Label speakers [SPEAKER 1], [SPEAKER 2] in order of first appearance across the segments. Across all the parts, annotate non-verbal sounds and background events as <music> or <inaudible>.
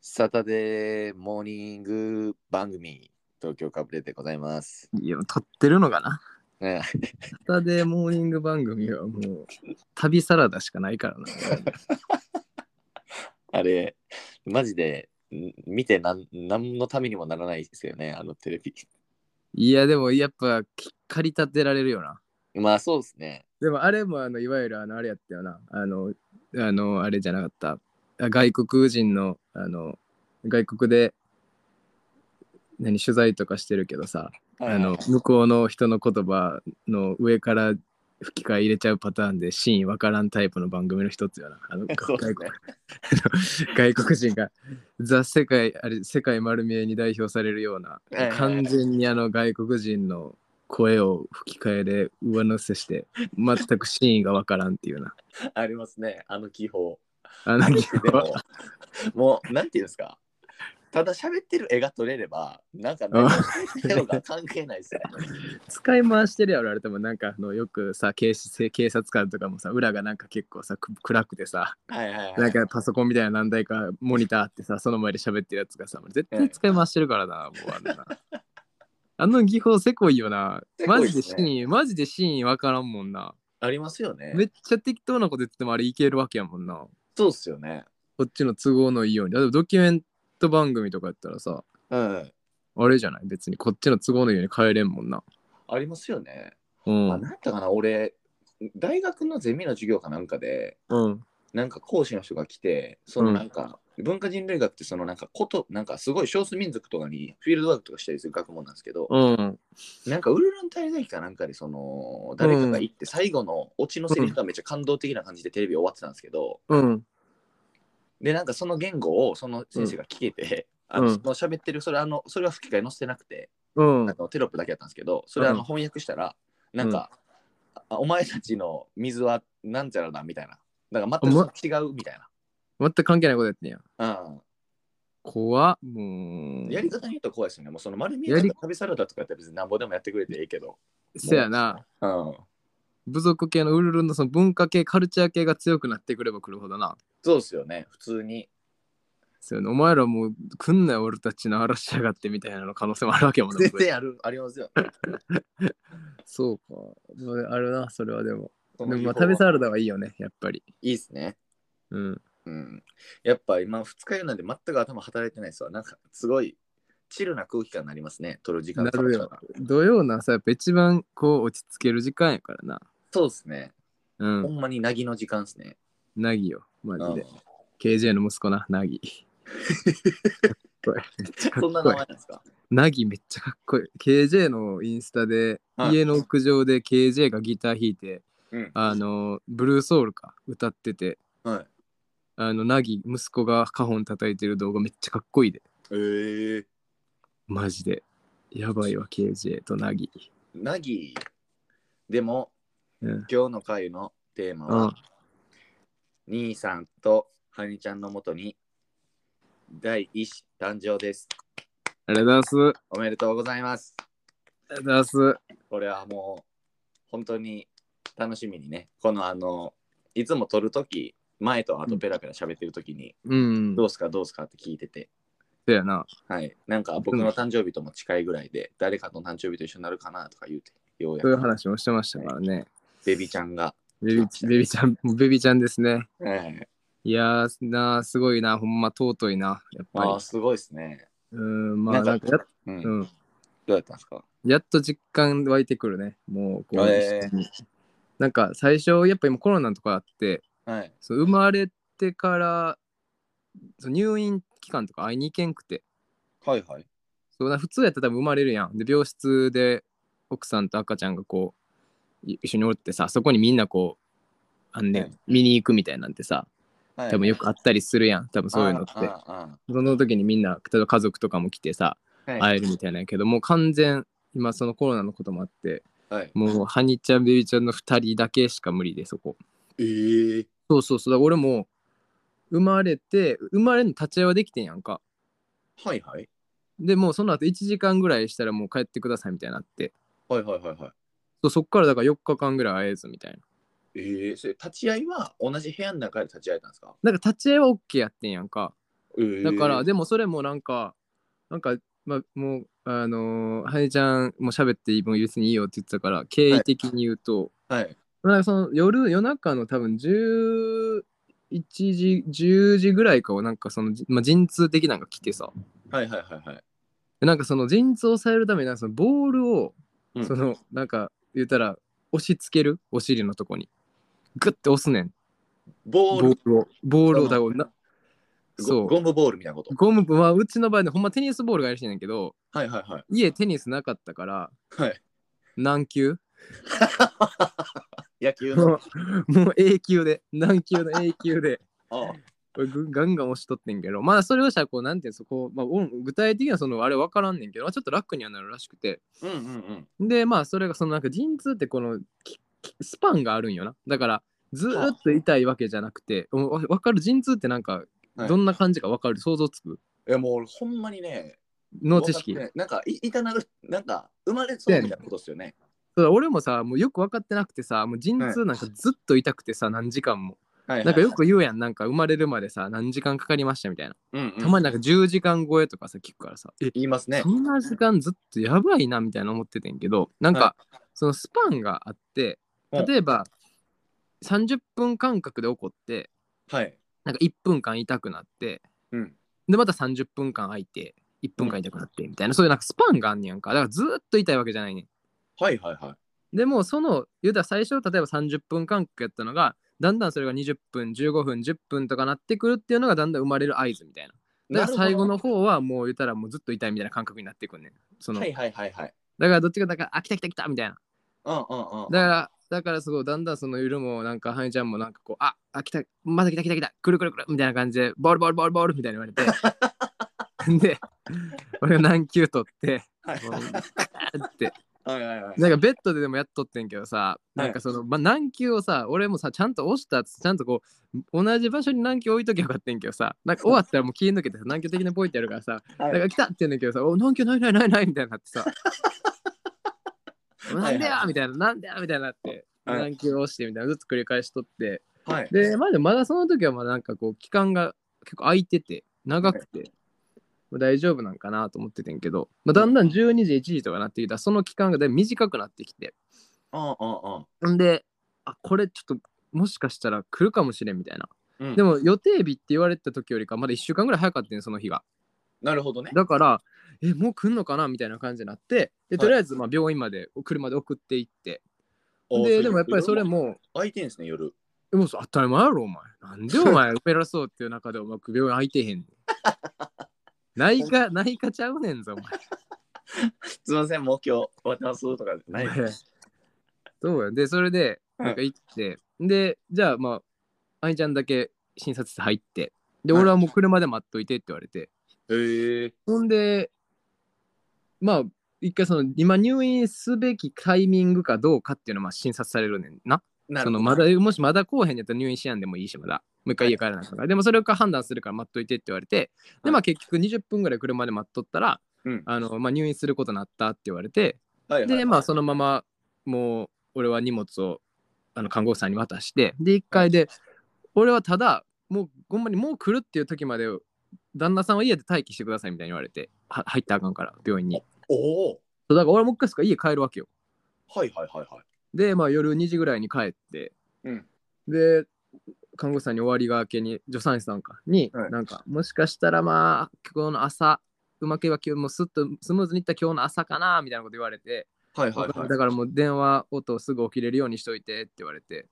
[SPEAKER 1] サタデーモーニング番組、東京かぶれでございます。
[SPEAKER 2] いや、撮ってるのかな
[SPEAKER 1] ね <laughs>
[SPEAKER 2] サタデーモーニング番組はもう、旅サラダしかないからな。
[SPEAKER 1] あれ、マジでん見てなん何のためにもならないですよね、あのテレビ。 <laughs>
[SPEAKER 2] いや、でもやっぱ、きっかり立てられるよな。
[SPEAKER 1] まあそうですね。
[SPEAKER 2] でもあれも、あの、いわゆるあの、あれやったよな。あの、あの、あれじゃなかった。あ外国人の、あの、外国で、何、取材とかしてるけどさ、あの、向こうの人の言葉の上から吹き替え入れちゃうパターンで、シーンわからんタイプの番組の一つよな。あの、
[SPEAKER 1] <laughs> そうです
[SPEAKER 2] 外国
[SPEAKER 1] ね。
[SPEAKER 2] 外国 <laughs> 人がザ世界あれ世界丸見えに代表されるような
[SPEAKER 1] はいはいはい
[SPEAKER 2] 完全にあの外国人の声を吹き替えで上乗せして全く真意がわからんっていうな
[SPEAKER 1] ありますね、あの気泡。
[SPEAKER 2] あの
[SPEAKER 1] でも、もう、なんていうんですか。ただ喋ってる絵が撮れれば、なんか、ね、のが関係ないですね。
[SPEAKER 2] <laughs> 使い回してるやろあれでもなんかあのよくさ警視警察官とかもさ裏がなんか結構さく暗くてさ
[SPEAKER 1] はいはいは
[SPEAKER 2] ないん。かパソコンみたいな何台かモニターあってさその前で喋ってるやつがさ絶対使い回してるからなもうあんな。あの技法せこいよな。
[SPEAKER 1] せこ
[SPEAKER 2] マ
[SPEAKER 1] いっ
[SPEAKER 2] ジ
[SPEAKER 1] す
[SPEAKER 2] で
[SPEAKER 1] ね
[SPEAKER 2] シーン、マジでシーンわからんもんな。
[SPEAKER 1] ありますよね。
[SPEAKER 2] めっちゃ適当なこと言っててもあれいけるわけやもんな。こ
[SPEAKER 1] そうっすよね。
[SPEAKER 2] っちの都合のいいように。例えばドキュメント番組とかやったらさ、
[SPEAKER 1] うん。
[SPEAKER 2] あれじゃない別にこっちの都合のいいように変えれんもんな。
[SPEAKER 1] ありますよね。
[SPEAKER 2] うん。
[SPEAKER 1] あなんだったかな俺大学のゼミの授業かなんかで
[SPEAKER 2] うん。
[SPEAKER 1] なんか講師の人が来てそのなんか、文化人類学ってそのなんかことなんかすごい少数民族とかにフィールドワークとかしたりする学問なんですけど、
[SPEAKER 2] うん。
[SPEAKER 1] なんかウルルン滞在期かなんかでその誰かが行って最後のオチのセリフがめっちゃ感動的な感じでテレビ終わってたんですけど、
[SPEAKER 2] うん。
[SPEAKER 1] でなんかその言語をその先生が聞けて、あの
[SPEAKER 2] うん
[SPEAKER 1] その喋ってるそれあのそれは吹き替え載せてなくて、
[SPEAKER 2] うん
[SPEAKER 1] あ。のテロップだけやったんですけどそれあ
[SPEAKER 2] う
[SPEAKER 1] の
[SPEAKER 2] ん
[SPEAKER 1] 翻訳したら、なんか、あお前たちの水はなんちゃらだみたいななんか全く違うみたい
[SPEAKER 2] 全く関係ないことやってんや。
[SPEAKER 1] な、
[SPEAKER 2] 怖っ。も
[SPEAKER 1] うん、
[SPEAKER 2] う。
[SPEAKER 1] やり方によっては怖いですよねもうその丸見え
[SPEAKER 2] や
[SPEAKER 1] と
[SPEAKER 2] り
[SPEAKER 1] か旅サラダとかやったら別になんぼでもやってくれていいけど、
[SPEAKER 2] せやな。
[SPEAKER 1] うん、
[SPEAKER 2] 部族系のウルルンのその文化系、カルチャー系が強くなってくればくるほどな。
[SPEAKER 1] そうですよね普通に
[SPEAKER 2] そうやなお前らもう来んなよ俺たちの嵐しやがってみたいなの可能性もあるわけやも <laughs> んな
[SPEAKER 1] 全然あるありますよ、ね、
[SPEAKER 2] そうか。まああるな、それはでも。
[SPEAKER 1] そ
[SPEAKER 2] で
[SPEAKER 1] の
[SPEAKER 2] も
[SPEAKER 1] 技
[SPEAKER 2] まあ
[SPEAKER 1] 法
[SPEAKER 2] 旅
[SPEAKER 1] は
[SPEAKER 2] サラダはいいよね、やっぱり。
[SPEAKER 1] いいですね
[SPEAKER 2] うん。
[SPEAKER 1] うん、やっぱ今2日酔いなんで全く頭働いてないですわなんかすごいチルな空気感になりますね撮る時間
[SPEAKER 2] なるよ
[SPEAKER 1] 差が。
[SPEAKER 2] 土曜の朝やっぱ一番こう落ち着ける時間やからな。
[SPEAKER 1] そうですね、
[SPEAKER 2] う
[SPEAKER 1] ほ
[SPEAKER 2] ん。
[SPEAKER 1] んまになぎの時間ですね、
[SPEAKER 2] なぎよ、マジ
[SPEAKER 1] う
[SPEAKER 2] で
[SPEAKER 1] ん。
[SPEAKER 2] KJ の息子な、なぎ。かっこいいめっちゃかっ
[SPEAKER 1] そんな
[SPEAKER 2] こ
[SPEAKER 1] 名前。
[SPEAKER 2] いい
[SPEAKER 1] なんですか
[SPEAKER 2] なぎめっちゃかっこいい。KJ のインスタで、
[SPEAKER 1] はい
[SPEAKER 2] 家の屋上で KJ がギター弾いて、
[SPEAKER 1] うん。
[SPEAKER 2] あの、ブルーソウルか、歌ってて、
[SPEAKER 1] はい。
[SPEAKER 2] あの、なぎ、息子がカホン叩いてる動画めっちゃかっこいいで。
[SPEAKER 1] えー、
[SPEAKER 2] マジで。やばいわ、KJ となぎ。
[SPEAKER 1] なぎ、でも、
[SPEAKER 2] うん。
[SPEAKER 1] 今日の回のテーマ
[SPEAKER 2] う
[SPEAKER 1] は
[SPEAKER 2] ん、
[SPEAKER 1] 兄さんとハニちゃんのもとに、第一子誕生です。
[SPEAKER 2] ありがとうございます。
[SPEAKER 1] おめでとうございます。
[SPEAKER 2] ありがとうございます。
[SPEAKER 1] これはもう、本当に楽しみにね、このあの、いつも撮るとき、前と後ペラペラ喋ってるときに、
[SPEAKER 2] うん。
[SPEAKER 1] どうすかどうすかって聞いてて、
[SPEAKER 2] そうやな。
[SPEAKER 1] はい。なんか僕の誕生日とも近いぐらいで、誰かと誕生日と一緒になるかなとか言うて、ようや
[SPEAKER 2] そういう
[SPEAKER 1] く
[SPEAKER 2] 話もしてましたからね。
[SPEAKER 1] ベビちゃんが。
[SPEAKER 2] ベビーベビーちゃん、ベビーちゃんですね。
[SPEAKER 1] はい
[SPEAKER 2] いやーなー、すごいな、ほんま尊いな、やっぱり
[SPEAKER 1] ああ、。すごいですね。
[SPEAKER 2] うーん、ま
[SPEAKER 1] な
[SPEAKER 2] あなんん
[SPEAKER 1] か
[SPEAKER 2] か
[SPEAKER 1] う
[SPEAKER 2] や,、
[SPEAKER 1] ん。
[SPEAKER 2] う
[SPEAKER 1] ど
[SPEAKER 2] ん、
[SPEAKER 1] うやったんですか
[SPEAKER 2] やっと実感湧いてくるね、もうこう、
[SPEAKER 1] へ
[SPEAKER 2] なんか最初、やっぱ今コロナとかあって、
[SPEAKER 1] はい。
[SPEAKER 2] そう生まれてからそう入院期間とか会いに行けんくて、
[SPEAKER 1] はいはい。
[SPEAKER 2] そうな普通やったら多分生まれるやん。で、病室で奥さんと赤ちゃんがこう、い一緒におってさ、そこにみんなこう、あんねん
[SPEAKER 1] はい
[SPEAKER 2] 見に行くみたいなんてさ、
[SPEAKER 1] はい、
[SPEAKER 2] 多分よくあったりするやん多分そういうのって
[SPEAKER 1] あああ
[SPEAKER 2] その時にみんな例えば家族とかも来てさ
[SPEAKER 1] あはい。
[SPEAKER 2] 会えるみたいなんやけどもう完全今そのコロナのこともあって
[SPEAKER 1] はい、
[SPEAKER 2] もうハニちゃんベビちゃんの2人だけしか無理でそこ
[SPEAKER 1] えー、
[SPEAKER 2] そうそうそうだから俺も生まれて生まれるの立ち会いはできてんやんか
[SPEAKER 1] はいはい。
[SPEAKER 2] でもうその後1時間ぐらいしたらもう帰ってくださいみたいになって
[SPEAKER 1] はいはいはいはい。
[SPEAKER 2] そうそっからだから4日間ぐらい会えずみたいな
[SPEAKER 1] えー、それ立ち会いは同じ部屋の中で立ち会えたんですか
[SPEAKER 2] なんか立ち会いは OK やってんやんかだから、
[SPEAKER 1] で
[SPEAKER 2] でもそれもなんか、なんか、まあ、もう、あのー、はねちゃんも喋っていい、もう別にいいよって言ってたから、経緯的に言うと、
[SPEAKER 1] はい。
[SPEAKER 2] まあその夜、夜中の多分11時、10時ぐらいかを、なんかその、まあ、陣痛的なんか来てさ、
[SPEAKER 1] はいはいはいはい。
[SPEAKER 2] でなんかその陣痛を抑えるために、なんかそのボールを、
[SPEAKER 1] うん
[SPEAKER 2] その、なんか言ったら、押し付ける、お尻のとこに。グッて押すねん。
[SPEAKER 1] ボ
[SPEAKER 2] ボ
[SPEAKER 1] ール
[SPEAKER 2] ールを。ボール
[SPEAKER 1] そ
[SPEAKER 2] を、だか
[SPEAKER 1] の
[SPEAKER 2] らな、
[SPEAKER 1] ゴ
[SPEAKER 2] そう
[SPEAKER 1] ゴムボールみたいなこと。
[SPEAKER 2] ゴム、まあ、うちの場合ね、ほんまテニスボールがいるしいねんけど、
[SPEAKER 1] はいはいはい。
[SPEAKER 2] 家テニスなかったから
[SPEAKER 1] はい。
[SPEAKER 2] 何級
[SPEAKER 1] 野球の。
[SPEAKER 2] <laughs> もうもう A 級で何級の A 級で
[SPEAKER 1] ああ
[SPEAKER 2] これぐガンガン押しとってんけどまあそれをしたらこうなんていうんですかこう、まあ、お具体的にはそのあれ分からんねんけど、まあ、ちょっと楽にはなるらしくて
[SPEAKER 1] うんうんうん。
[SPEAKER 2] でまあそれがそのなんか陣痛ってこのききスパンがあるんよなだからずーっと痛いわけじゃなくておわ分かる陣痛ってなんか
[SPEAKER 1] はい
[SPEAKER 2] どんな感じか分かる、想像つく
[SPEAKER 1] いやもう俺ほんまにね、
[SPEAKER 2] 脳知識、
[SPEAKER 1] わかってないなんかい痛なる、なんか生まれそうみたいなことですよね。
[SPEAKER 2] そう俺もさもうよく分かってなくてさもう陣痛なんかずっと痛くてさ何時間も
[SPEAKER 1] はいはい
[SPEAKER 2] なんかよく言うやん、なんか生まれるまでさ、何時間かかりましたみたいな。
[SPEAKER 1] うんうん
[SPEAKER 2] たまになんか10時間超えとかさ、聞くからさ、え、
[SPEAKER 1] 言いますね
[SPEAKER 2] そ。んな時間ずっとやばいなみたいな思っててんけど、なんか
[SPEAKER 1] は
[SPEAKER 2] そのスパンがあって、
[SPEAKER 1] うん
[SPEAKER 2] 例えば30分間隔で起こって、
[SPEAKER 1] はい。
[SPEAKER 2] なんか1分間痛くなって、
[SPEAKER 1] うん。
[SPEAKER 2] で、また30分間空いて、1分間痛くなってみたいな、そういうなんかスパンがあんねやんか。だからずっと痛いわけじゃないねん。
[SPEAKER 1] はいはいはい。
[SPEAKER 2] でもその言うたら最初例えば30分間隔やったのがだんだんそれが20分15分10分とかなってくるっていうのがだんだん生まれる合図みたいな。だから最後の方はもう言ったらもうずっと痛いみたいな感覚になってくんねん。その
[SPEAKER 1] はいはいはいはい。
[SPEAKER 2] だからどっちかだからあ来た来た来たみたいな。
[SPEAKER 1] うんうんうん。
[SPEAKER 2] だからだからすごいだんだんそのゆるもなんかはにちゃんもなんかこうああ来たまた来た来た来たくるくるくるみたいな感じでボールボールボールボールみたいに言われてで俺が何球取って
[SPEAKER 1] はい
[SPEAKER 2] もうって
[SPEAKER 1] はいはいはい。
[SPEAKER 2] なんかベッドででもやっとってんけどさ、
[SPEAKER 1] い
[SPEAKER 2] なんかその、まあ、軟球をさ、俺もさ、ちゃんと押したっつってちゃんとこう、同じ場所に軟球置いときゃよかったんけどさ、なんか終わったらもう気抜けてさ、軟球的なポイントやるからさ、
[SPEAKER 1] はい
[SPEAKER 2] なんか来たって言うんだけどさ、お、軟球ないないないないみたいになって
[SPEAKER 1] <laughs>
[SPEAKER 2] さ、
[SPEAKER 1] いは
[SPEAKER 2] ないんでやみたいな、なんでやみたいになって、
[SPEAKER 1] はい
[SPEAKER 2] 軟球を押してみたいな、ずっと繰り返しとって、
[SPEAKER 1] はい。
[SPEAKER 2] で、まだまだその時はまだなんかこう、期間が結構空いてて、長くて、まあ大丈夫なんかなと思っててんけど、まあ、だんだん12時、1時とかなってきたら、その期間がだいぶ短くなってきて、
[SPEAKER 1] うんうん
[SPEAKER 2] んで、あ、これちょっと、もしかしたら来るかもしれんみたいな。
[SPEAKER 1] うん。うん
[SPEAKER 2] で、も予定日って言われてた時よりか、まだ1週間ぐらい早かったね、その日が。
[SPEAKER 1] なるほどね。
[SPEAKER 2] <laughs> だから、え、もう来んのかなみたいな感じになって、で
[SPEAKER 1] い
[SPEAKER 2] とりあえずまあ病院まで、車で送っていって。
[SPEAKER 1] お
[SPEAKER 2] で、でもやっぱりそれ。
[SPEAKER 1] ういう
[SPEAKER 2] も、
[SPEAKER 1] 空いてんですね、夜。
[SPEAKER 2] でもそう当たり前やろ、お前。なんでお
[SPEAKER 1] <laughs>
[SPEAKER 2] 前、オペラそうっていう中で、お前、病院空いてへんねん。 <laughs> 内科、内科ちゃうねんぞ、お前。
[SPEAKER 1] すみません、もう今日終わってますとかない。
[SPEAKER 2] <laughs> そうや。で、それで、
[SPEAKER 1] はい
[SPEAKER 2] なんか行って、で、じゃあ、まあ、愛ちゃんだけ診察室入って、で、
[SPEAKER 1] はい
[SPEAKER 2] 俺はもう車で待っといてって言われて、
[SPEAKER 1] へえ。
[SPEAKER 2] ほんで、まあ、一回その、今入院すべきタイミングかどうかっていうのはまあ診察されるねんな。
[SPEAKER 1] な
[SPEAKER 2] そ
[SPEAKER 1] るほ
[SPEAKER 2] の
[SPEAKER 1] ど。
[SPEAKER 2] まだ、もしまだこうへんやったら入院しやんでもいいし、まだ。もう一回家帰らなあかんから。でもそれから判断するから待っといてって言われて、で、まあ結局20分ぐらい車で待っとったら、
[SPEAKER 1] うん
[SPEAKER 2] あの、まあ入院することになったって言われて、
[SPEAKER 1] はいはいはい
[SPEAKER 2] で、まあ、そのまま、もう、俺は荷物をあの看護師さんに渡して、で、1回で、俺はただ、もう、ほんまにもう来るっていう時まで、旦那さんは家で待機してくださいみたいに言われて、は入ったらあかんから、病院に。
[SPEAKER 1] おお。
[SPEAKER 2] そうだから、俺もう一回すか家帰るわけよ。
[SPEAKER 1] はいはいはいはい。
[SPEAKER 2] で、まあ、夜2時ぐらいに帰って、
[SPEAKER 1] うん
[SPEAKER 2] で、看護師さんに終わりがけに、助産師さんか、に、
[SPEAKER 1] はい
[SPEAKER 2] なんか、もしかしたら、まあ、今日の朝、うまくいけば今日もスッとスムーズにいった今日の朝かなみたいなこと言われて、
[SPEAKER 1] はいはいはい。
[SPEAKER 2] だからもう電話音すぐ起きれるようにしといてって言われて、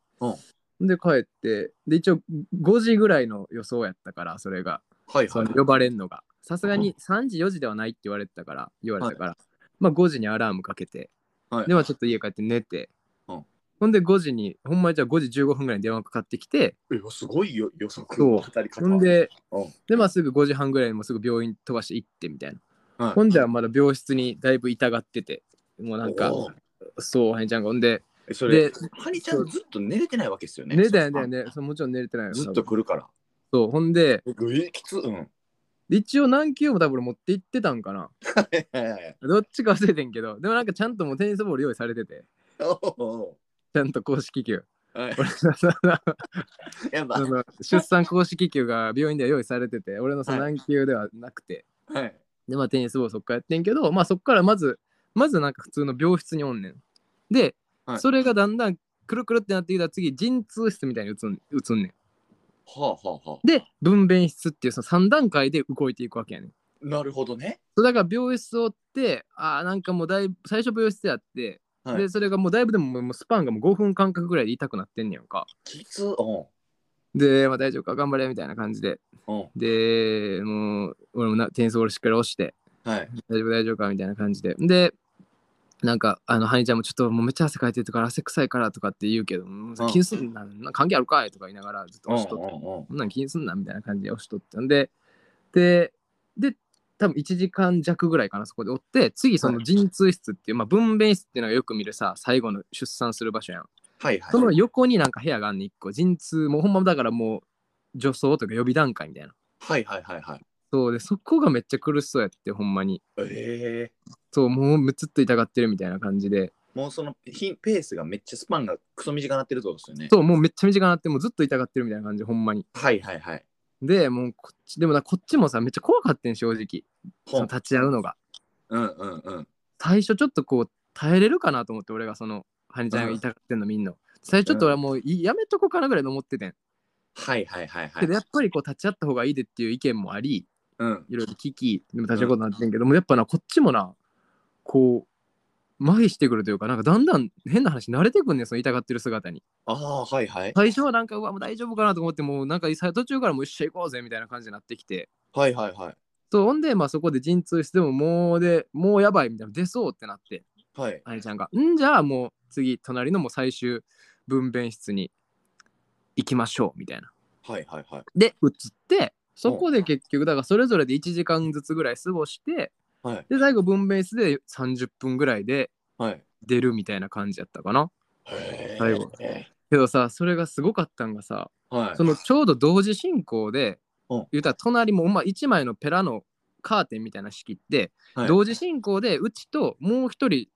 [SPEAKER 2] で帰ってで一応5時ぐらいの予想やったからそれが
[SPEAKER 1] はい
[SPEAKER 2] そ
[SPEAKER 1] はい
[SPEAKER 2] の。呼ばれんのがさすがに3時4時ではないって言われてたから言われたから、まあ5時にアラームかけて、
[SPEAKER 1] はい
[SPEAKER 2] でまあちょっと家帰って寝て、
[SPEAKER 1] うん
[SPEAKER 2] ほんで5時にほんまにじゃあ5時15分ぐらいに電話かかってきて
[SPEAKER 1] えすごいよ予測
[SPEAKER 2] そう
[SPEAKER 1] の当たり方。
[SPEAKER 2] ほんで
[SPEAKER 1] うん
[SPEAKER 2] でまあすぐ5時半ぐらいにもうすぐ病院飛ばして行ってみたいな、
[SPEAKER 1] はい
[SPEAKER 2] ほんじゃまだ病室にだいぶ痛がっててもうなんか
[SPEAKER 1] おー
[SPEAKER 2] そうはにちゃんがほんで
[SPEAKER 1] えそれ
[SPEAKER 2] で、
[SPEAKER 1] ハニちゃんずっと寝れてないわけですよね。
[SPEAKER 2] 寝れたよね。寝れたよね。そうもちろん寝れてないよ。
[SPEAKER 1] ずっ
[SPEAKER 2] 多
[SPEAKER 1] と
[SPEAKER 2] 分
[SPEAKER 1] 来るから。
[SPEAKER 2] そう、ほんで、
[SPEAKER 1] えぐいきつ。うん。
[SPEAKER 2] 一応何球も多分俺持って行ってたんかな。
[SPEAKER 1] はいはいはい
[SPEAKER 2] どっちか忘れてんけど、でもなんかちゃんともうテニスボール用意されてて、
[SPEAKER 1] おー
[SPEAKER 2] ちゃんと公式球。
[SPEAKER 1] はい
[SPEAKER 2] 俺のその
[SPEAKER 1] やば
[SPEAKER 2] その出産公式球が病院では用意されてて俺のその
[SPEAKER 1] は
[SPEAKER 2] 軟球ではなくて、
[SPEAKER 1] はい
[SPEAKER 2] でまあテニス部をそっからやってんけどまあそっからまずまずなんか普通の病室におんねんで、
[SPEAKER 1] はい
[SPEAKER 2] それがだんだんくるくるってなってきたら次陣痛室みたいに移ん移んねん
[SPEAKER 1] はあはあはあ
[SPEAKER 2] で分娩室っていうその3段階で動いていくわけやねん
[SPEAKER 1] なるほどね
[SPEAKER 2] そうだから病室を追ってあーなんかもうだいぶ最初病室やって、
[SPEAKER 1] はい
[SPEAKER 2] でそれがもうだいぶでももうスパンがもう5分間隔ぐらいで痛くなってんねやんか
[SPEAKER 1] きつうん
[SPEAKER 2] で、まあ、大丈夫か頑張れみたいな感じで
[SPEAKER 1] うん
[SPEAKER 2] でもう俺もなテニスボールしっかり押して
[SPEAKER 1] はい
[SPEAKER 2] 大丈夫大丈夫かみたいな感じででなんかあのハニちゃんもちょっともうめっちゃ汗かいてるから汗臭いからとかって言うけどもう
[SPEAKER 1] うん
[SPEAKER 2] 気にすんなな関係あるかいとか言いながらずっと
[SPEAKER 1] うんう
[SPEAKER 2] 押しとって
[SPEAKER 1] んうん
[SPEAKER 2] そんなん気にすんなみたいな感じで押しとってんででで多分1時間弱ぐらいかなそこでおって次その
[SPEAKER 1] はい
[SPEAKER 2] 陣痛室っていう、まあ、分娩室っていうのがよく見るさ最後の出産する場所やん
[SPEAKER 1] はいはい
[SPEAKER 2] その横になんか部屋があんねん1個陣痛もうほんまだからもう女装とか予備段階みたいな
[SPEAKER 1] はいはいはいはい
[SPEAKER 2] そうでそこがめっちゃ苦しそうやってほんまに
[SPEAKER 1] ええ
[SPEAKER 2] そう、もうむつっと痛がってるみたいな感じで、
[SPEAKER 1] もうそのひペースがめっちゃスパンがクソ短なってるってことですよね
[SPEAKER 2] そう、もうめっちゃ短くなって、もうずっと痛がってるみたいな感じで、ほんまに。
[SPEAKER 1] はいはいはい
[SPEAKER 2] で、もうこっち、でもな、こっちもさ、めっちゃ怖かったん、正直。そ
[SPEAKER 1] ほ
[SPEAKER 2] の
[SPEAKER 1] ん
[SPEAKER 2] 立ち会うのが。
[SPEAKER 1] うんうんうん
[SPEAKER 2] 最初ちょっとこう、耐えれるかなと思って、俺がその、ハニちゃんが
[SPEAKER 1] うん
[SPEAKER 2] 痛がってんの見んの。最初ちょっと俺はもう、いやめとこうかなぐらいの思っててん。
[SPEAKER 1] はいはいはいは
[SPEAKER 2] けど、や
[SPEAKER 1] い
[SPEAKER 2] っぱりこう、立ち会った方がいいでっていう意見もあり、
[SPEAKER 1] うん
[SPEAKER 2] いろいろ聞き、でも立ち会うことになってんけども、やっぱな、こっちもな、こう、麻痺してくるというか、なんかだんだん変な話、慣れてくんねん、その痛がってる姿に。
[SPEAKER 1] ああはいはい
[SPEAKER 2] 最初はなんかうわもう大丈夫かなと思ってもうなんかさ途中からもう一緒に行こうぜみたいな感じになってきて
[SPEAKER 1] はいはいはい
[SPEAKER 2] そうほんでまあそこで陣痛してももうでもうやばいみたいな出そうってなって
[SPEAKER 1] はい
[SPEAKER 2] あれちゃんがんじゃあもう次隣のもう最終分娩室に行きましょうみたいな
[SPEAKER 1] はいはいはい
[SPEAKER 2] で移ってそこで結局だからそれぞれで1時間ずつぐらい過ごして
[SPEAKER 1] はい
[SPEAKER 2] で最後分娩室で30分ぐらいで
[SPEAKER 1] はい
[SPEAKER 2] 出るみたいな感じやったかな
[SPEAKER 1] へー
[SPEAKER 2] 最後けどさそれがすごかったんがさ
[SPEAKER 1] はい
[SPEAKER 2] そのちょうど同時進行で、
[SPEAKER 1] うん
[SPEAKER 2] 言うたら隣も、まあ、1枚のペラのカーテンみたいな仕切って、
[SPEAKER 1] はい
[SPEAKER 2] 同時進行でうちともう一人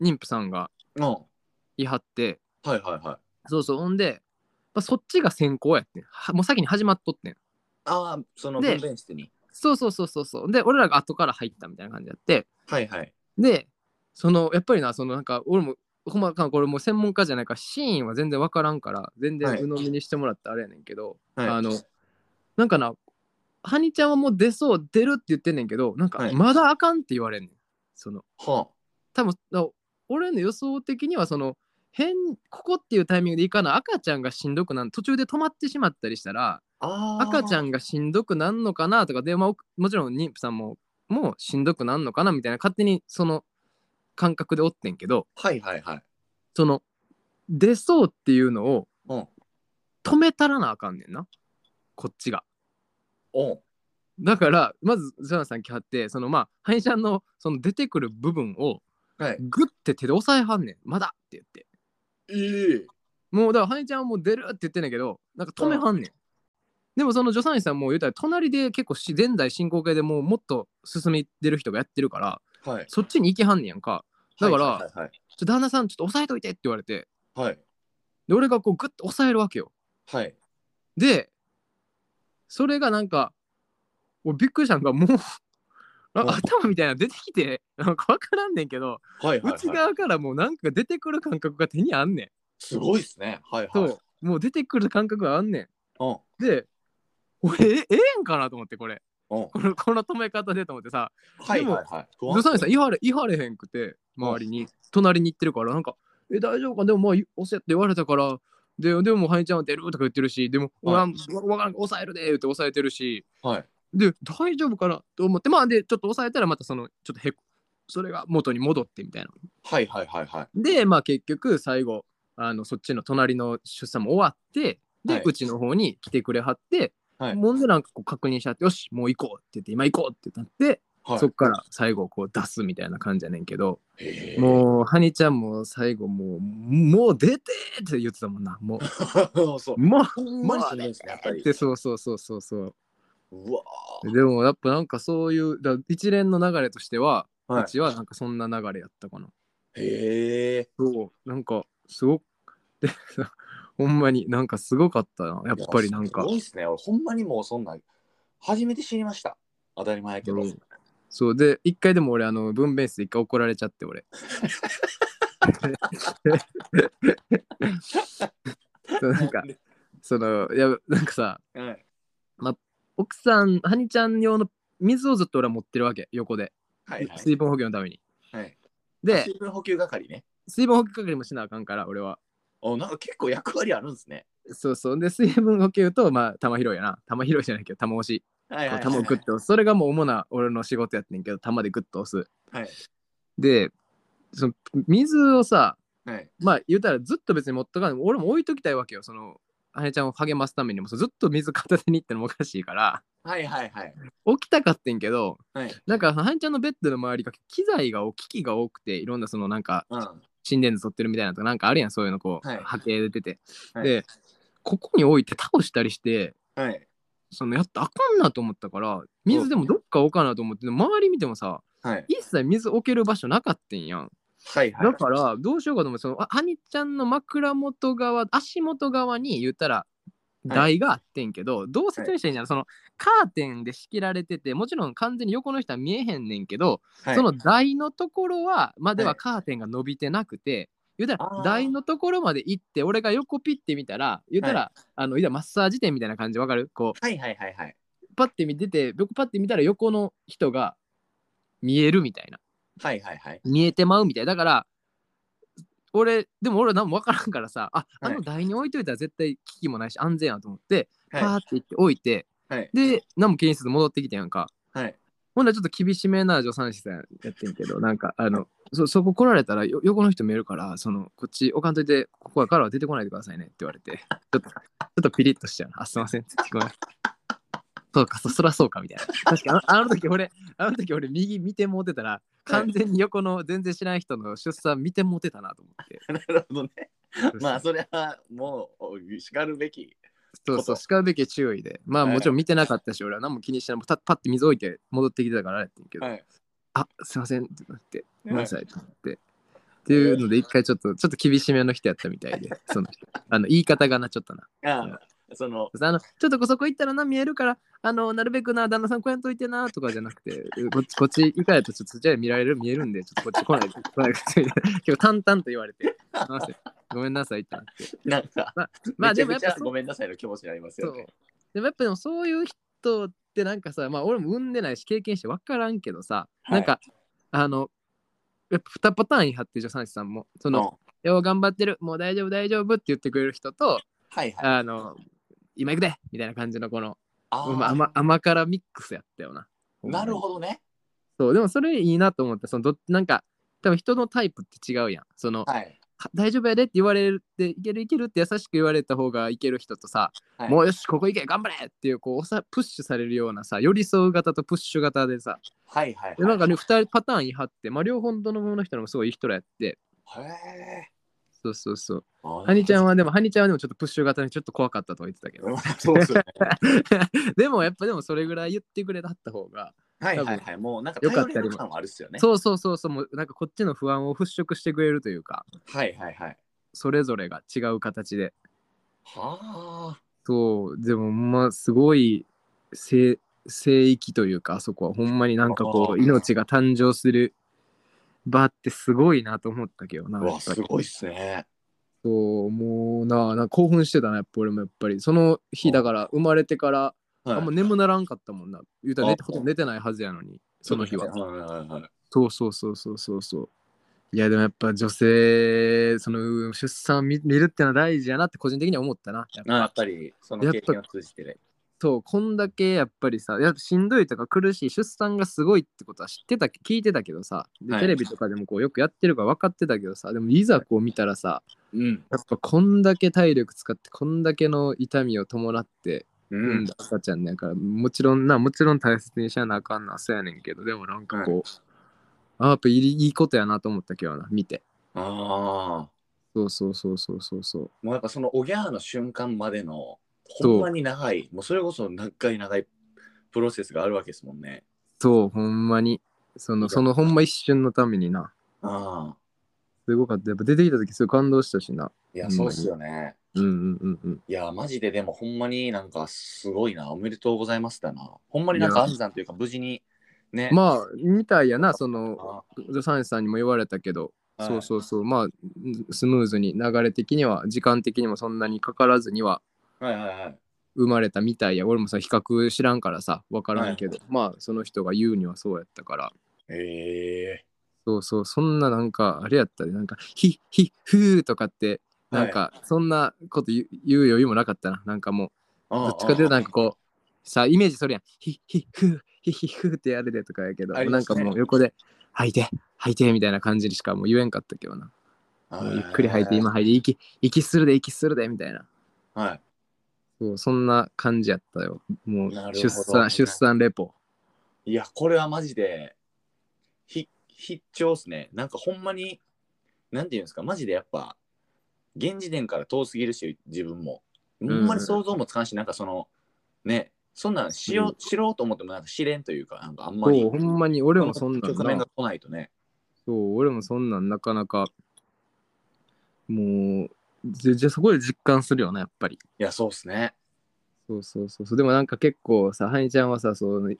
[SPEAKER 2] 妊婦さんが
[SPEAKER 1] うん
[SPEAKER 2] いはって
[SPEAKER 1] はいはいはい
[SPEAKER 2] そうそうほんで、まあ、そっちが先行やってんはもう先に始まっとってん
[SPEAKER 1] ああその
[SPEAKER 2] で
[SPEAKER 1] 分娩室に
[SPEAKER 2] そうそうそうそうそうで俺らが後から入ったみたいな感じやって
[SPEAKER 1] はいはい
[SPEAKER 2] でそのやっぱりなそのなんか俺もほんまかこれもう専門家じゃないからシーンは全然分からんから全然
[SPEAKER 1] はい
[SPEAKER 2] 鵜呑みにしてもらってあれやねんけど、
[SPEAKER 1] はい
[SPEAKER 2] あのなんかなハニちゃんはもう出そう出るって言ってんねんけどなんか
[SPEAKER 1] はい
[SPEAKER 2] まだあかんって言われんねん、その
[SPEAKER 1] は
[SPEAKER 2] 多分だ俺の予想的にはその変ここっていうタイミングでいかな赤ちゃんがしんどくなん途中で止まってしまったりしたら
[SPEAKER 1] ああー
[SPEAKER 2] 赤ちゃんがしんどくなんのかなとかで、まあ、おもちろん妊婦さんももうしんどくなんのかなみたいな勝手にその感覚でおってんけど
[SPEAKER 1] はいはいはい
[SPEAKER 2] その出そうっていうのを
[SPEAKER 1] うん
[SPEAKER 2] 止めたらなあかんねんなこっちが。
[SPEAKER 1] おう
[SPEAKER 2] だからまずジョナさん来はってそのまあハニちゃんのその出てくる部分を
[SPEAKER 1] はい
[SPEAKER 2] グッて手で押さえはんねんまだって言って
[SPEAKER 1] ええ
[SPEAKER 2] もうだからハニちゃんはもう出るって言ってんだけどなんか止めはんねんでもその助産師さんも言うたら隣で結構し現代進行形でもうもっと進み出る人がやってるから
[SPEAKER 1] はい
[SPEAKER 2] そっちに行きはんねやんかだから
[SPEAKER 1] はいはいはい
[SPEAKER 2] ちょ旦那さんちょっと押さえといてって言われて
[SPEAKER 1] はい
[SPEAKER 2] で俺がこうグッと押さえるわけよ
[SPEAKER 1] はい
[SPEAKER 2] でそれがなんか俺びっくりしたの
[SPEAKER 1] <laughs>
[SPEAKER 2] がもうなんか頭みたいなの出てきてなんか分からんねんけど
[SPEAKER 1] はいはい
[SPEAKER 2] 内
[SPEAKER 1] はい
[SPEAKER 2] 側からもうなんか出てくる感覚が手にあんねん
[SPEAKER 1] すごいですねはいはい
[SPEAKER 2] そうもう出てくる感覚があんね
[SPEAKER 1] うん
[SPEAKER 2] んで俺えええんかなと思ってこれ
[SPEAKER 1] うん
[SPEAKER 2] このこの止め方でと思ってさ
[SPEAKER 1] はいはいはい不安
[SPEAKER 2] 助産師さん言われ言われへんくて周りに隣に行ってるからなんか「え大丈夫かでもまあ押せ」って言われたからででもハイちゃんは出るとか言ってるしでも「
[SPEAKER 1] は
[SPEAKER 2] わわからん抑えるで」って抑えてるし
[SPEAKER 1] はい
[SPEAKER 2] で大丈夫かなと思ってまあでちょっと抑えたらまたそのちょっとへこそれが元に戻ってみたいな
[SPEAKER 1] はいはいはいはい
[SPEAKER 2] でまあ結局最後あのそっちの隣の出産も終わってで、
[SPEAKER 1] はいう
[SPEAKER 2] ちの方に来てくれはって、
[SPEAKER 1] はい
[SPEAKER 2] もんでなんかこう確認しちゃってよしもう行こうって言って今行こうってなって、
[SPEAKER 1] はい
[SPEAKER 2] そっから最後こう出すみたいな感じやねんけど、
[SPEAKER 1] へえ
[SPEAKER 2] もうハニちゃんも最後もうもう出てって言ってたもんなも
[SPEAKER 1] <laughs> そう
[SPEAKER 2] うもう
[SPEAKER 1] ほんまにしんどいですねやっぱり
[SPEAKER 2] でそうそうそうそうそう
[SPEAKER 1] うわ
[SPEAKER 2] でもやっぱなんかそういうだ一連の流れとしては、
[SPEAKER 1] はいう
[SPEAKER 2] ちはなんかそんな流れやったかな
[SPEAKER 1] へえ
[SPEAKER 2] そう、なんか、すごく、で、 <laughs> ほんまになんかすごかったな。やっぱりなん
[SPEAKER 1] いや
[SPEAKER 2] か
[SPEAKER 1] すご。いっすね。俺、ほんまにもうそんな、初めて知りました。当たり前やけど。
[SPEAKER 2] うんそうで、一回でも俺、あの、分娩室で一回怒られちゃって、俺。そうなんか、その、いや、なんかさ、
[SPEAKER 1] はい。
[SPEAKER 2] 奥さん、ハニちゃん用の水をずっと俺は持ってるわけ、横で。
[SPEAKER 1] はい、はい。
[SPEAKER 2] 水分補給のために。
[SPEAKER 1] はい、
[SPEAKER 2] で
[SPEAKER 1] 水、分補給係ね。
[SPEAKER 2] 水分補給係もしなあかんから、俺は。
[SPEAKER 1] おなんか結構役割あるんですね。
[SPEAKER 2] そうそう。で、水分補給と、まあ、玉拾いやな。玉拾いじゃないけど、玉押し。
[SPEAKER 1] はいはい、はい。
[SPEAKER 2] 玉をグッと押す。それがもう主な俺の仕事やってんけど、玉でグッと押す。
[SPEAKER 1] はい。
[SPEAKER 2] で、その水をさ、
[SPEAKER 1] はい。
[SPEAKER 2] まあ言うたらずっと別に持っとかんでも俺も置いときたいわけよその姉ちゃんを励ますためにもそうずっと水片手にってのもおかしいから
[SPEAKER 1] はいはいはい。
[SPEAKER 2] 起きたかってんけど
[SPEAKER 1] はい。
[SPEAKER 2] なんか姉ちゃんのベッドの周りが機材が機器が多くていろんなそのなんか
[SPEAKER 1] うん。
[SPEAKER 2] 心電図取ってるみたいなのとかなんかあるやんそういうのこう、
[SPEAKER 1] はい
[SPEAKER 2] 波形で出て、
[SPEAKER 1] はい
[SPEAKER 2] でここに置いて倒したりして
[SPEAKER 1] はい。
[SPEAKER 2] そのやったらあかんなと思ったから水でもどっか置かなと思ってでも周り見てもさ
[SPEAKER 1] はい。
[SPEAKER 2] 一切水置ける場所なかったんやん
[SPEAKER 1] はいはい。
[SPEAKER 2] だからどうしようかと思ってそのあ兄ちゃんの枕元側足元側に言ったら台があってんけど、どう説明したらいいんじゃないそのカーテンで仕切られててもちろん完全に横の人は見えへんねんけど、
[SPEAKER 1] はい、
[SPEAKER 2] その台のところはまで
[SPEAKER 1] は
[SPEAKER 2] はいカーテンが伸びてなくて、言うた
[SPEAKER 1] あ
[SPEAKER 2] ら
[SPEAKER 1] ー
[SPEAKER 2] 台のところまで行って俺が横ピッて見たら言ったら、あの言うたらマッサージ店みたいな感じわかるこ
[SPEAKER 1] はいはいはいはい。
[SPEAKER 2] うパッて見てて僕パッて見たら横の人が見えるみたいな。
[SPEAKER 1] はいはいはい。
[SPEAKER 2] 見えてまうみたいだから俺でも俺は何も分からんからさああ
[SPEAKER 1] は
[SPEAKER 2] の
[SPEAKER 1] い
[SPEAKER 2] 台に置いといたら絶対危機もないし安全やと思ってパ
[SPEAKER 1] は
[SPEAKER 2] ーって行って置いて、
[SPEAKER 1] はい
[SPEAKER 2] で何も気にせず戻ってきてやんか
[SPEAKER 1] い。はい。 <laughs>
[SPEAKER 2] ほんならちょっと厳しめな助産師さんやってんけどなんかあのそそこ来られたらよ横の人見えるからそのこっち置かんといてここやからは出てこないでくださいねって言われてちょっとちょっとピリッとしちゃうなあすいませんってごめんそうかそそらそうかみたいな確かあのあの時俺あの時俺右見てもうてたら完全に横の全然知らない人の出産見てもうてたなと思って
[SPEAKER 1] なるほどね。 <laughs> まあ、
[SPEAKER 2] そ
[SPEAKER 1] そ
[SPEAKER 2] う
[SPEAKER 1] れはもう、しかるべき。
[SPEAKER 2] そうそうしかるべき注意でまあ
[SPEAKER 1] はい
[SPEAKER 2] もちろん見てなかったし俺は何も気にしてないもうたパッて水置いて戻ってきてたからあれやってんけど、
[SPEAKER 1] はい。
[SPEAKER 2] あすいませんってなってごめんなさいと思って。って
[SPEAKER 1] い
[SPEAKER 2] いうので、一回ちょっと、ちょっと厳しめの人やったみたいで、その人あの言い方がな、ちょっとな。
[SPEAKER 1] ああその、
[SPEAKER 2] あのちょっとそこ行ったらな、見えるから、あの、なるべくな、旦那さん来やんといてな、とかじゃなくて、こっち、こっち行かないと、ちょっとじゃあ見られる、見えるんで、ちょっとこっち来ないで、来ないでくださいみたいな、結構淡々と言われて、すいませんごめんなさいってなって。
[SPEAKER 1] なんか、
[SPEAKER 2] まあ
[SPEAKER 1] めち
[SPEAKER 2] で
[SPEAKER 1] ゃ
[SPEAKER 2] も
[SPEAKER 1] め
[SPEAKER 2] やっ
[SPEAKER 1] ちゃ
[SPEAKER 2] ぱそ
[SPEAKER 1] ごめんなさいの気持ちになります
[SPEAKER 2] そ
[SPEAKER 1] よ
[SPEAKER 2] う
[SPEAKER 1] ね。。
[SPEAKER 2] でもやっぱでもそういう人ってなんかさ、まあ俺も産んでないし経験して分からんけどさ、
[SPEAKER 1] はい
[SPEAKER 2] なんかあの、やっぱ2パターンに張って助産師さんも、その、よう頑張ってる、もう大丈夫大丈夫って言ってくれる人と、
[SPEAKER 1] はいはい。
[SPEAKER 2] あの、今行くでみたいな感じのこの、
[SPEAKER 1] あ
[SPEAKER 2] まあ甘甘辛ミックスやったよな。
[SPEAKER 1] なるほどね。
[SPEAKER 2] ど。そう、でもそれいいなと思った。そのどなんか、多分人のタイプって違うやん。その、
[SPEAKER 1] はい。
[SPEAKER 2] は大丈夫やでって言われるって、いけるいけるって優しく言われた方がいける人とさ、
[SPEAKER 1] はい
[SPEAKER 2] もうよし、ここ行け、頑張れっていう、こう押さ、プッシュされるようなさ、寄り添う型とプッシュ型でさ、
[SPEAKER 1] はいはいはい。
[SPEAKER 2] でなんかね、2人パターン言い張って、まあ両方どのもの人もすごいいい人らやって、
[SPEAKER 1] へえ。
[SPEAKER 2] そうそうそう。ハ
[SPEAKER 1] ハ
[SPEAKER 2] ニちゃん
[SPEAKER 1] は。
[SPEAKER 2] はでも、ハニちゃんはでもちょっとプッシュ型にちょっと怖かったとは言ってたけど。
[SPEAKER 1] そうですよね。 <laughs>
[SPEAKER 2] <laughs> でもやっぱでもそれぐらい言ってくれたった方が、
[SPEAKER 1] はいはいはい。もうなんか
[SPEAKER 2] よかっ
[SPEAKER 1] 頼
[SPEAKER 2] た
[SPEAKER 1] り
[SPEAKER 2] りも
[SPEAKER 1] の感はあるっすよね。
[SPEAKER 2] そうそうそうそうもうなんかこっちの不安を払拭してくれるというか
[SPEAKER 1] はいはいはい。
[SPEAKER 2] それぞれが違う形で
[SPEAKER 1] は
[SPEAKER 2] そうでもほんまあすごい聖聖域というかあそこはほんまになんかこ
[SPEAKER 1] あ
[SPEAKER 2] う
[SPEAKER 1] ー
[SPEAKER 2] 命が誕生する場ってすごいなと思ったけど
[SPEAKER 1] あ。
[SPEAKER 2] な
[SPEAKER 1] う
[SPEAKER 2] や
[SPEAKER 1] わ、
[SPEAKER 2] っぱ
[SPEAKER 1] す
[SPEAKER 2] り
[SPEAKER 1] ごいっすね。
[SPEAKER 2] そうもうななんか興奮してたなやっぱ俺もやっぱりその日だから生まれてから
[SPEAKER 1] は
[SPEAKER 2] あんま眠ならんかったもんな言うたら寝て
[SPEAKER 1] あ
[SPEAKER 2] ほとんど寝てないはずやのにその日は。
[SPEAKER 1] はいはいはい。
[SPEAKER 2] そうそうそうそうそうそう。いやでもやっぱ女性その出産見見るってのは大事やなって個人的には思ったな。やっぱ
[SPEAKER 1] やっぱり、その経験を通じてね。
[SPEAKER 2] そうこんだけやっぱりさやっぱしんどいとか苦しい出産がすごいってことは知ってた聞いてたけどさで
[SPEAKER 1] はい
[SPEAKER 2] テレビとかでもこうよくやってるから分かってたけどさでもいざこう見たらさ
[SPEAKER 1] うん。
[SPEAKER 2] やっぱこんだけ体力使ってこんだけの痛みを伴って
[SPEAKER 1] う
[SPEAKER 2] 産ん
[SPEAKER 1] ん。
[SPEAKER 2] だ赤ちゃんねやから、もちろんなもちろん大切にしゃなあかんなそうやねんけどでもなんかこう、あやっぱいいいいことやなと思った今日はな見て。
[SPEAKER 1] ああ。
[SPEAKER 2] そうそうそうそうそうそう。
[SPEAKER 1] もうなんかそのおぎゃーの瞬間までの
[SPEAKER 2] そう
[SPEAKER 1] ほんまに長いもうそれこそ長い長いプロセスがあるわけですもんね。
[SPEAKER 2] そう、ほんまに。その、そのほんま一瞬のためにな。
[SPEAKER 1] あ
[SPEAKER 2] すごかった。やっぱ出てきた時すごい感動したしな。
[SPEAKER 1] いや、そうっすよね。
[SPEAKER 2] うんうんうんうん。
[SPEAKER 1] いや、マジででもほんまになんかすごいな、おめでとうございますだな。ほんまになん
[SPEAKER 2] い
[SPEAKER 1] か
[SPEAKER 2] や
[SPEAKER 1] 安産というか無事にね。
[SPEAKER 2] まあ、みたいやな、その、
[SPEAKER 1] あ、
[SPEAKER 2] サンシさんにも言われたけど、
[SPEAKER 1] はい
[SPEAKER 2] そうそうそう、まあ、スムーズに流れ的には、時間的にもそんなにかからずには
[SPEAKER 1] はいはいはい。
[SPEAKER 2] 生まれたみたいや。俺もさ、比較知らんからさ、わからんけど、まあ、その人が言うにはそうやったから。
[SPEAKER 1] え
[SPEAKER 2] そうそう、そんななんか、あれやったで、なんか、ひ、ひ、ふーとかって、なんか、そんなこと言う言う余裕もなかったな。なんかも
[SPEAKER 1] え
[SPEAKER 2] う、
[SPEAKER 1] ー。
[SPEAKER 2] どっちかというと、なんか
[SPEAKER 1] か。
[SPEAKER 2] こう、さ、イメージそれやん。ひ、ひ、ふー、ひ、ひ、ふーってやるでとかやけど、
[SPEAKER 1] ありま
[SPEAKER 2] なん
[SPEAKER 1] すね
[SPEAKER 2] かもう横で、吐いて、吐いて、みたいな感じにしかもう言えんかったけどな。
[SPEAKER 1] あ
[SPEAKER 2] もう
[SPEAKER 1] ー
[SPEAKER 2] ゆっくり吐いて、。今吐いて、息、息するで、息するで、みたいな。
[SPEAKER 1] はい。
[SPEAKER 2] そう、そんな感じやったよ。もう
[SPEAKER 1] なるほ、ど
[SPEAKER 2] 出産、出産レポ。
[SPEAKER 1] いや、これはマジで、ひ、必聴っすね。なんかほんまに、なんていうんですか、マジでやっぱ、現時点から遠すぎるし、自分も。ほんまに想像もつかんし、なんかその、ね、そんなんしよう、
[SPEAKER 2] う
[SPEAKER 1] 知ろうと思っても、なんか知れんというか、なんかあんまり、
[SPEAKER 2] そう、ほんまに、俺もそんなん
[SPEAKER 1] 局
[SPEAKER 2] な
[SPEAKER 1] 面。が来ないとね。
[SPEAKER 2] そう、俺もそんなんなかなか、もう、じじゃあそこで実感するよな、やっぱり。
[SPEAKER 1] いや、そうっすね。
[SPEAKER 2] そうそうそうそう。でもなんか結構さ、ハニちゃんはさ、そう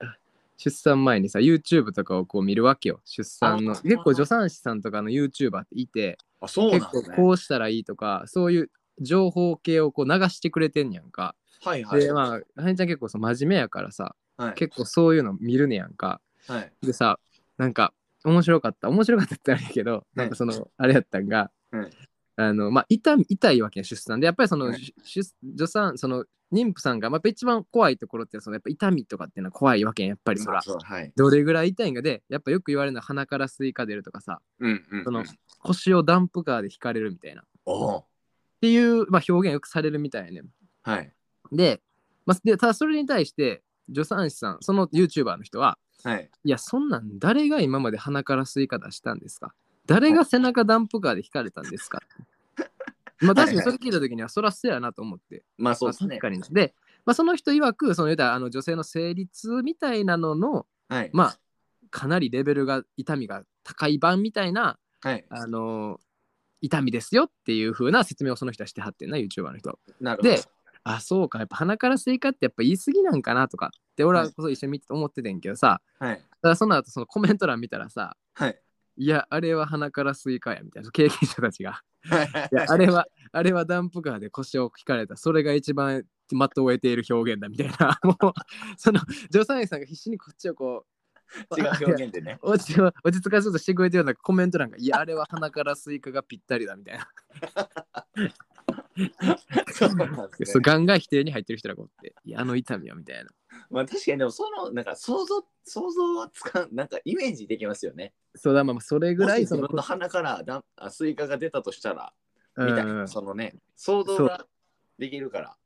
[SPEAKER 2] 出産前にさ、YouTube とかをこう見るわけよ。出産の。
[SPEAKER 1] あー
[SPEAKER 2] 結構助産師さんとかの YouTuber っていて、
[SPEAKER 1] あ、そう
[SPEAKER 2] 結
[SPEAKER 1] なんで
[SPEAKER 2] 構
[SPEAKER 1] すね。
[SPEAKER 2] こうしたらいいとか、そういう情報系をこう流してくれてんやんか。
[SPEAKER 1] はいはい。
[SPEAKER 2] で、まあ、ハニちゃん結構そう真面目やからさ、
[SPEAKER 1] はい、
[SPEAKER 2] 結構そういうの見るねやんか。
[SPEAKER 1] はい。
[SPEAKER 2] でさなんか面白かった面白かったってあれやけど、なんかそのあれやったんが、
[SPEAKER 1] うん
[SPEAKER 2] あのまあ痛み痛いわけや出産でやっぱりその、
[SPEAKER 1] はい
[SPEAKER 2] し出助産その妊婦さんが、まあ、やっぱ一番怖いところってそのやっぱ痛みとかっていうのは怖いわけやんやっぱりそら、
[SPEAKER 1] そうはい。
[SPEAKER 2] どれぐらい痛いんかでやっぱよく言われるのは鼻からスイカ出るとかさ
[SPEAKER 1] うんうん、うん。
[SPEAKER 2] その腰をダンプカーで引かれるみたいなっ
[SPEAKER 1] おう
[SPEAKER 2] ていう、まあ、表現よくされるみたいやねん
[SPEAKER 1] はい。
[SPEAKER 2] で,、まあ、でただそれに対して助産師さんその YouTuber の人は
[SPEAKER 1] はい。
[SPEAKER 2] いや、そんなん誰が今まで鼻からスイカ出したんですか誰が背中ダンプカーで引かれたんですか <laughs> まあ確かにそれ聞いた時にはそらそうやなと思って。
[SPEAKER 1] まあそうです
[SPEAKER 2] ま
[SPEAKER 1] ね
[SPEAKER 2] あ。確かに。で、まあ、その人曰く、その言うたらあの女性の生理痛みたいなのの、
[SPEAKER 1] はい。
[SPEAKER 2] まあかなりレベルが痛みが高い版みたいな、
[SPEAKER 1] はい。
[SPEAKER 2] あのー痛みですよっていう風な説明をその人はしてはってんな、YouTuber の人は。
[SPEAKER 1] なるほど。
[SPEAKER 2] で、あ、そうか、やっぱ鼻からスイカってやっぱ言い過ぎなんかなとかって俺はこそ一緒に見てて思っててんけどさ、
[SPEAKER 1] はい。
[SPEAKER 2] ただその後そのコメント欄見たらさ、
[SPEAKER 1] はい。
[SPEAKER 2] いや、あれは鼻からスイカやみたいな経験者たちが。 <laughs> いや、
[SPEAKER 1] は
[SPEAKER 2] あれは、あれはダンプカーで腰を引かれた。それが一番的を得ている表現だみたいな。 <laughs> もう、その、助産師さんが必死にこっちをこう、
[SPEAKER 1] い。違う表現でね。
[SPEAKER 2] 落ち落ち着かせようとしてくれてるようなコメント欄が、いや、あれは鼻からスイカがぴったりだみたいな。
[SPEAKER 1] そうなんです
[SPEAKER 2] そう
[SPEAKER 1] ね。
[SPEAKER 2] ガンガン否定に入ってる人らがおって、いや、あの痛みよみたいな。
[SPEAKER 1] まあ確かにでもそのなんか想像想像はつかんなんかイメージできますよね。
[SPEAKER 2] そうだ、まあまあ、それぐらい
[SPEAKER 1] もし
[SPEAKER 2] そ
[SPEAKER 1] 自
[SPEAKER 2] の
[SPEAKER 1] 分、の鼻からだあスイカが出たとしたら
[SPEAKER 2] う
[SPEAKER 1] みたい
[SPEAKER 2] ん
[SPEAKER 1] なそのね想像ができるから。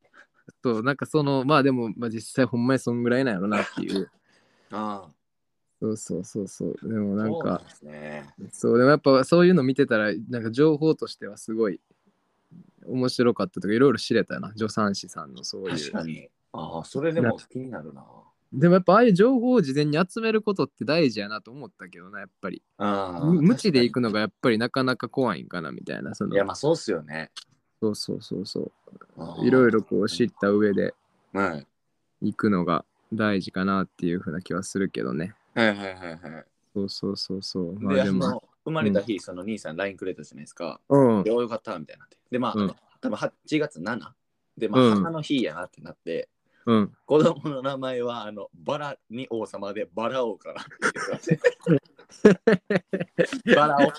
[SPEAKER 2] そう、なんかその、まあでも、まあ、実際ほんまにそんぐらいなんやろなっていう。
[SPEAKER 1] あ
[SPEAKER 2] そうそうそうそう。でも
[SPEAKER 1] あ。
[SPEAKER 2] なん
[SPEAKER 1] そう
[SPEAKER 2] か
[SPEAKER 1] な、んですね。
[SPEAKER 2] そうでもやっぱそういうの見てたらなんか情報としてはすごい面白かったとかいろいろ知れたよな助産師さんのそうい
[SPEAKER 1] 確か
[SPEAKER 2] う
[SPEAKER 1] に。ああそれでも気になるな。
[SPEAKER 2] でもやっぱああいう情報を事前に集めることって大事やなと思ったけどなやっぱり
[SPEAKER 1] ああ。
[SPEAKER 2] む無知で行
[SPEAKER 1] く。
[SPEAKER 2] くのがやっぱりなかなか怖いんかなみたいなそ
[SPEAKER 1] いや
[SPEAKER 2] の
[SPEAKER 1] まあそうっすよね。
[SPEAKER 2] そうそうそうそ
[SPEAKER 1] ああ
[SPEAKER 2] ういろいろこう知った上で
[SPEAKER 1] はい
[SPEAKER 2] 行くのが大事かなっていうふうな気はするけどね
[SPEAKER 1] はいはいはいはい。
[SPEAKER 2] そうそうそうそうま
[SPEAKER 1] で、
[SPEAKER 2] あ
[SPEAKER 1] あ
[SPEAKER 2] でも
[SPEAKER 1] の生まれた日、その兄さん LINE くれたじゃないですか。
[SPEAKER 2] うん
[SPEAKER 1] で、およかったみたいになって。で、まあ、
[SPEAKER 2] うん
[SPEAKER 1] 多分8月7で、まあ、
[SPEAKER 2] うん
[SPEAKER 1] 母の日やなってなって、
[SPEAKER 2] うん
[SPEAKER 1] 子供の名前は、あの、バラに王様で、バラ王からって言っ
[SPEAKER 2] <laughs>
[SPEAKER 1] てました。バラ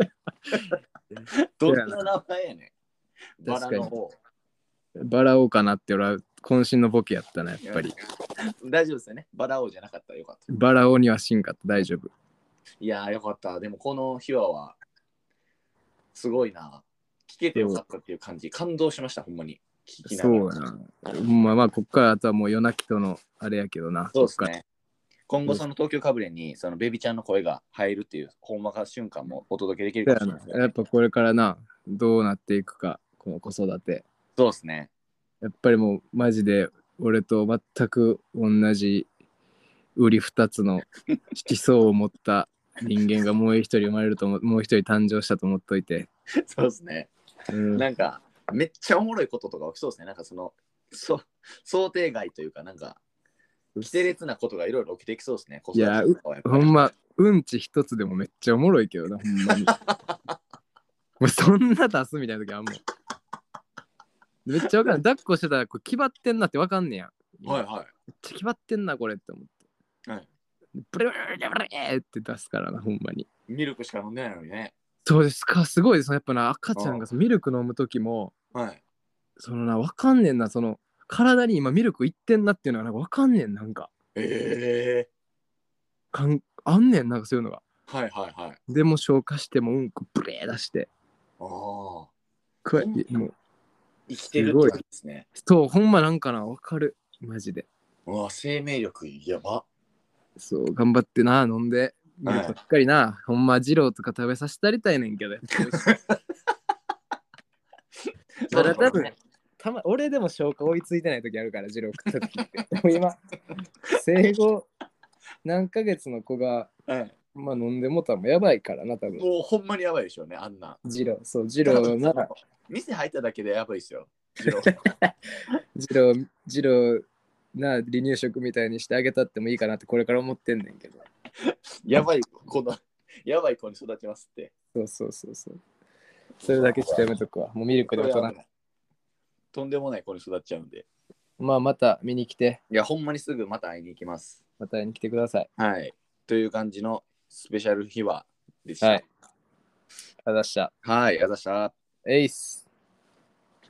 [SPEAKER 1] 王。どんな名前やねん。バラの王。
[SPEAKER 2] バラおうかなって俺は渾身のボケやったなやっぱり
[SPEAKER 1] 大丈夫ですよね。バラ王じゃなかったらよかった。
[SPEAKER 2] バラオにはしんかった、大丈夫。
[SPEAKER 1] いやー、よかった。でも、この秘話は、すごいな。聞けてよかったっていう感じ。感動しました、ほんまに。聞きなが
[SPEAKER 2] そ
[SPEAKER 1] ら
[SPEAKER 2] うやな。まあまあ、こっからあとはもう夜泣きとのあれやけどな。
[SPEAKER 1] そうです
[SPEAKER 2] こっから。
[SPEAKER 1] ね。今後その東京かぶれにそのベビちゃんの声が入るっていうほんまか瞬間もお届けできるかもしれない
[SPEAKER 2] そ
[SPEAKER 1] で
[SPEAKER 2] う
[SPEAKER 1] す
[SPEAKER 2] やなやっ
[SPEAKER 1] ね。
[SPEAKER 2] ぱこれからな、どうなっていくか、この子育て。
[SPEAKER 1] そうですね。
[SPEAKER 2] <laughs> やっぱりもうマジで俺と全く同じ売り二つの思想を持った人間がもう一人生まれると思もう一人誕生したと思っと
[SPEAKER 1] <laughs>
[SPEAKER 2] いて、
[SPEAKER 1] そうですね。
[SPEAKER 2] うん、
[SPEAKER 1] なんか、めっちゃおもろいこととか起きそうですね。なんかその、そ想定外というか、なんか、規定列なことがいろいろ起きていきそうですね。子育てとかはやっぱ
[SPEAKER 2] ほんまうんち一つでもめっちゃおもろいけどなほんま
[SPEAKER 1] <laughs>
[SPEAKER 2] にもうそんな出すみたいな時あんもんめっちゃわかんない抱っこしてたらこれ決まってんなってわかんねや
[SPEAKER 1] はいはい。
[SPEAKER 2] めっちゃ決まってんなこれって思って、
[SPEAKER 1] はい
[SPEAKER 2] ブレブレブレブレって出すからなほんまに
[SPEAKER 1] ミルクしか飲んでないのにね。
[SPEAKER 2] そうですかすごいですやっぱな赤ちゃんがそのミルク飲む時も
[SPEAKER 1] はい。
[SPEAKER 2] そのなわかんねんなその体に今ミルクいってんなっていうのがなんかわかんねんなんか
[SPEAKER 1] ええ
[SPEAKER 2] かんあんねんなんかそういうのが
[SPEAKER 1] はいはいはい。
[SPEAKER 2] でも消化してもうんこブレー出して
[SPEAKER 1] ああ。
[SPEAKER 2] くわ
[SPEAKER 1] ほんま
[SPEAKER 2] もう
[SPEAKER 1] 生きてるって感じですね。
[SPEAKER 2] そう、ほんまなんかな、わかる。マジで。
[SPEAKER 1] うわ、生命力やば。
[SPEAKER 2] そう、頑張ってな、飲んで。
[SPEAKER 1] はい
[SPEAKER 2] ばっかりな、ほんま、二郎とか食べさせてありたいねん
[SPEAKER 1] <laughs>
[SPEAKER 2] けど。それは多分、たま、俺でも消化追いついてない時あるから、二郎食った時って。でも今、生後何ヶ月の子が、
[SPEAKER 1] はい。
[SPEAKER 2] まあ飲んでもたもやばいからな、多分。
[SPEAKER 1] もうほんまにやばいでしょうね、あんな。
[SPEAKER 2] 二郎、そう、二郎
[SPEAKER 1] <laughs>
[SPEAKER 2] なら、
[SPEAKER 1] 店入っただけでやばいですよ。二
[SPEAKER 2] <laughs>
[SPEAKER 1] 郎
[SPEAKER 2] 二郎、二郎な、離乳食みたいにしてあげたってもいいかなってこれから思ってんねんけど。
[SPEAKER 1] やばい子の、やばい子に育ちますって。
[SPEAKER 2] そうそうそうそう。それだけちょっとやめとくわ。もうミルクで大人。
[SPEAKER 1] とんでもない子に育っちゃうんで。
[SPEAKER 2] まあまた見に来て、
[SPEAKER 1] いや、ほんまにすぐまた会いに行きます。
[SPEAKER 2] また会いに来てください。
[SPEAKER 1] はい。という感じのスペシャル秘話でした。
[SPEAKER 2] はい。ありがとうございました。
[SPEAKER 1] はい、ありがとうございました。
[SPEAKER 2] エイス。